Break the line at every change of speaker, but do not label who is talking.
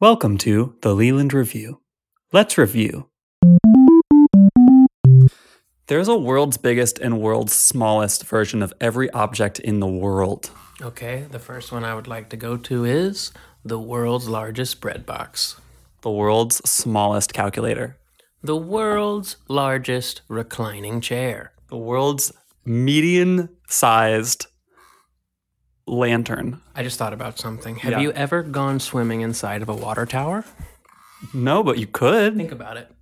Welcome to the Leland Review. Let's review. There's a world's biggest and world's smallest version of every object in the world.
Okay, the first one I would like to go to is the world's largest bread box,
The world's smallest calculator.
the world's largest reclining chair,
The world's median sized lantern.
I just thought about something. Have
Yeah.
you ever gone swimming inside of a water tower?
No, but you could.
Think about it.